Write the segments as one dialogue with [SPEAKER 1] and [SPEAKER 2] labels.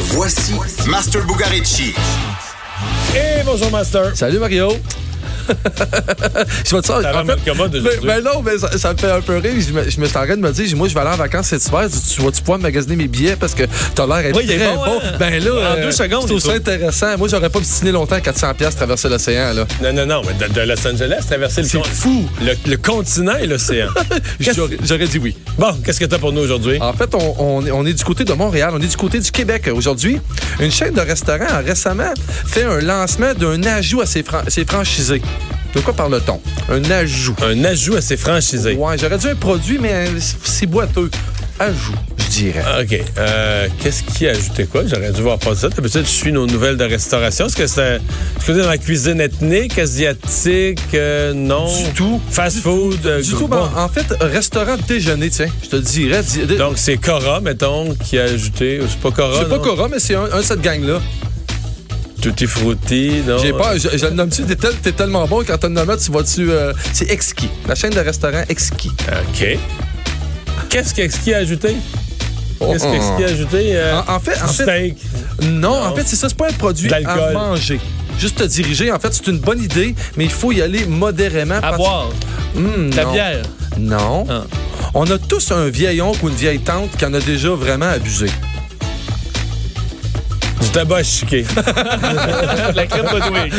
[SPEAKER 1] Voici Master Bugarici.
[SPEAKER 2] Eh,
[SPEAKER 3] Et bonjour, Master.
[SPEAKER 2] Salut Mario. je vais te dire,
[SPEAKER 3] T'as
[SPEAKER 2] en
[SPEAKER 3] vraiment
[SPEAKER 2] fait,
[SPEAKER 3] une commode
[SPEAKER 2] mais,
[SPEAKER 3] aujourd'hui.
[SPEAKER 2] mais non, mais ça, ça me fait un peu rire. Je me, je me suis en train de me dire, j'ai- moi, je vais aller en vacances cet hiver. Tu, tu vas-tu pouvoir magasiner mes billets parce que t'as l'air être
[SPEAKER 3] Oui, il est
[SPEAKER 2] très
[SPEAKER 3] bon, hein?
[SPEAKER 2] Ben là,
[SPEAKER 3] En deux secondes,
[SPEAKER 2] je trouve
[SPEAKER 3] il
[SPEAKER 2] ça
[SPEAKER 3] faut.
[SPEAKER 2] intéressant. Moi, j'aurais pas obstiné longtemps à 400 pièces traverser l'océan là.
[SPEAKER 3] Non, non, non, mais de, de Los Angeles, traverser le,
[SPEAKER 2] C'est
[SPEAKER 3] con-
[SPEAKER 2] fou.
[SPEAKER 3] le, le continent et l'océan. Qu'est-ce-
[SPEAKER 2] J'aurais j'aurais dit oui.
[SPEAKER 3] bon, qu'est-ce que t'as pour nous aujourd'hui?
[SPEAKER 2] En fait, on, on est- on est du côté de Montréal, on est du côté du Québec euh, aujourd'hui. Une chaîne de restaurants a récemment fait un lancement d'un ajout à ses, fran- ses franchisés. De quoi parle-t-on? Un ajout.
[SPEAKER 3] Un ajout à ses franchisés.
[SPEAKER 2] Ouais, j'aurais dit un produit, mais euh, c'est- c'est boiteux. Ajout, je dirais.
[SPEAKER 3] OK. Euh, qu'est-ce qui a ajouté quoi? J'aurais dû voir pas ça. D'habitude, je suis nos nouvelles de restauration. Est-ce que c'est est-ce que c'est dans la cuisine ethnique, asiatique? euh, non.
[SPEAKER 2] Du tout.
[SPEAKER 3] Fast-food? euh,
[SPEAKER 2] Du
[SPEAKER 3] gros-
[SPEAKER 2] tout, ben, en fait, restaurant de déjeuner, tiens, je te dirais. di- di-
[SPEAKER 3] Donc, c'est Cora, mettons, qui a ajouté. C'est pas Cora,
[SPEAKER 2] C'est pas
[SPEAKER 3] non?
[SPEAKER 2] Cora, mais c'est un, un de cette gang-là.
[SPEAKER 3] Tutti Frutti, non?
[SPEAKER 2] J'ai pas, je, je le nomme-tu, t'es, tel- t'es tellement bon quand t'as le nommes, tu vas-tu. euh, c'est Exquis, la chaîne de restaurants Exquis.
[SPEAKER 3] Euh, OK. Qu'est-ce qu'est-ce qui a ajouté? Qu'est-ce
[SPEAKER 2] Oh,
[SPEAKER 3] qu'est-ce qui a ajouté? euh,
[SPEAKER 2] En, en fait, en
[SPEAKER 3] du
[SPEAKER 2] fait-
[SPEAKER 3] steak.
[SPEAKER 2] non,
[SPEAKER 3] Non.
[SPEAKER 2] en fait, c'est ça, c'est pas un produit
[SPEAKER 3] De
[SPEAKER 2] à
[SPEAKER 3] l'alcool.
[SPEAKER 2] manger. Juste te diriger, en fait, c'est une bonne idée, mais il faut y aller modérément.
[SPEAKER 4] À
[SPEAKER 2] parce-
[SPEAKER 4] boire.
[SPEAKER 2] Hmm,
[SPEAKER 4] La
[SPEAKER 2] non.
[SPEAKER 4] bière.
[SPEAKER 2] Non.
[SPEAKER 4] Ah.
[SPEAKER 2] On a tous un vieil oncle ou une vieille tante qui en a déjà vraiment abusé.
[SPEAKER 3] Du tabac chiqué.
[SPEAKER 4] la crème Budwig.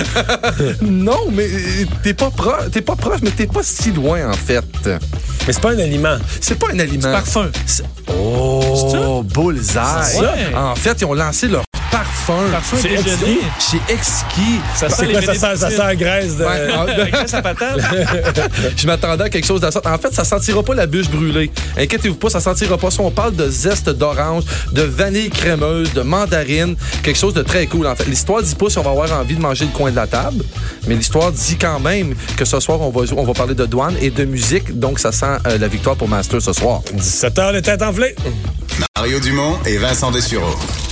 [SPEAKER 2] Non, mais euh, t'es pas, pro- t'es pas proche, mais t'es pas si loin, en fait.
[SPEAKER 3] Mais c'est pas un aliment.
[SPEAKER 2] C'est pas un aliment.
[SPEAKER 4] Parfum.
[SPEAKER 2] C'est- Oh, bullseye.
[SPEAKER 4] C'est ça?
[SPEAKER 2] En fait, ils ont lancé leur parfum.
[SPEAKER 4] Parfum
[SPEAKER 3] C'est
[SPEAKER 4] déjeuner.
[SPEAKER 2] C'est exquis.
[SPEAKER 4] Ça
[SPEAKER 3] C'est
[SPEAKER 4] sent
[SPEAKER 3] quoi
[SPEAKER 4] les Ah,
[SPEAKER 3] ça sent? Ça sent la graisse de.
[SPEAKER 2] Ouais, en-
[SPEAKER 4] Avec ça, sa patate.
[SPEAKER 2] Je m'attendais à quelque chose de la sorte. En fait, ça sentira pas la bûche brûlée. Inquiétez-vous pas, ça sentira pas ça. On parle de zeste d'orange, de vanille crémeuse, de mandarine, quelque chose de très cool. En fait, l'histoire dit pas si on va avoir envie de manger le coin de la table, mais l'histoire dit quand même que ce soir on va on va parler de douane et de musique, donc ça sent euh, la victoire pour Master ce soir.
[SPEAKER 3] 17 h, le tête enflée.
[SPEAKER 1] Mario Dumont et Vincent Dessureau.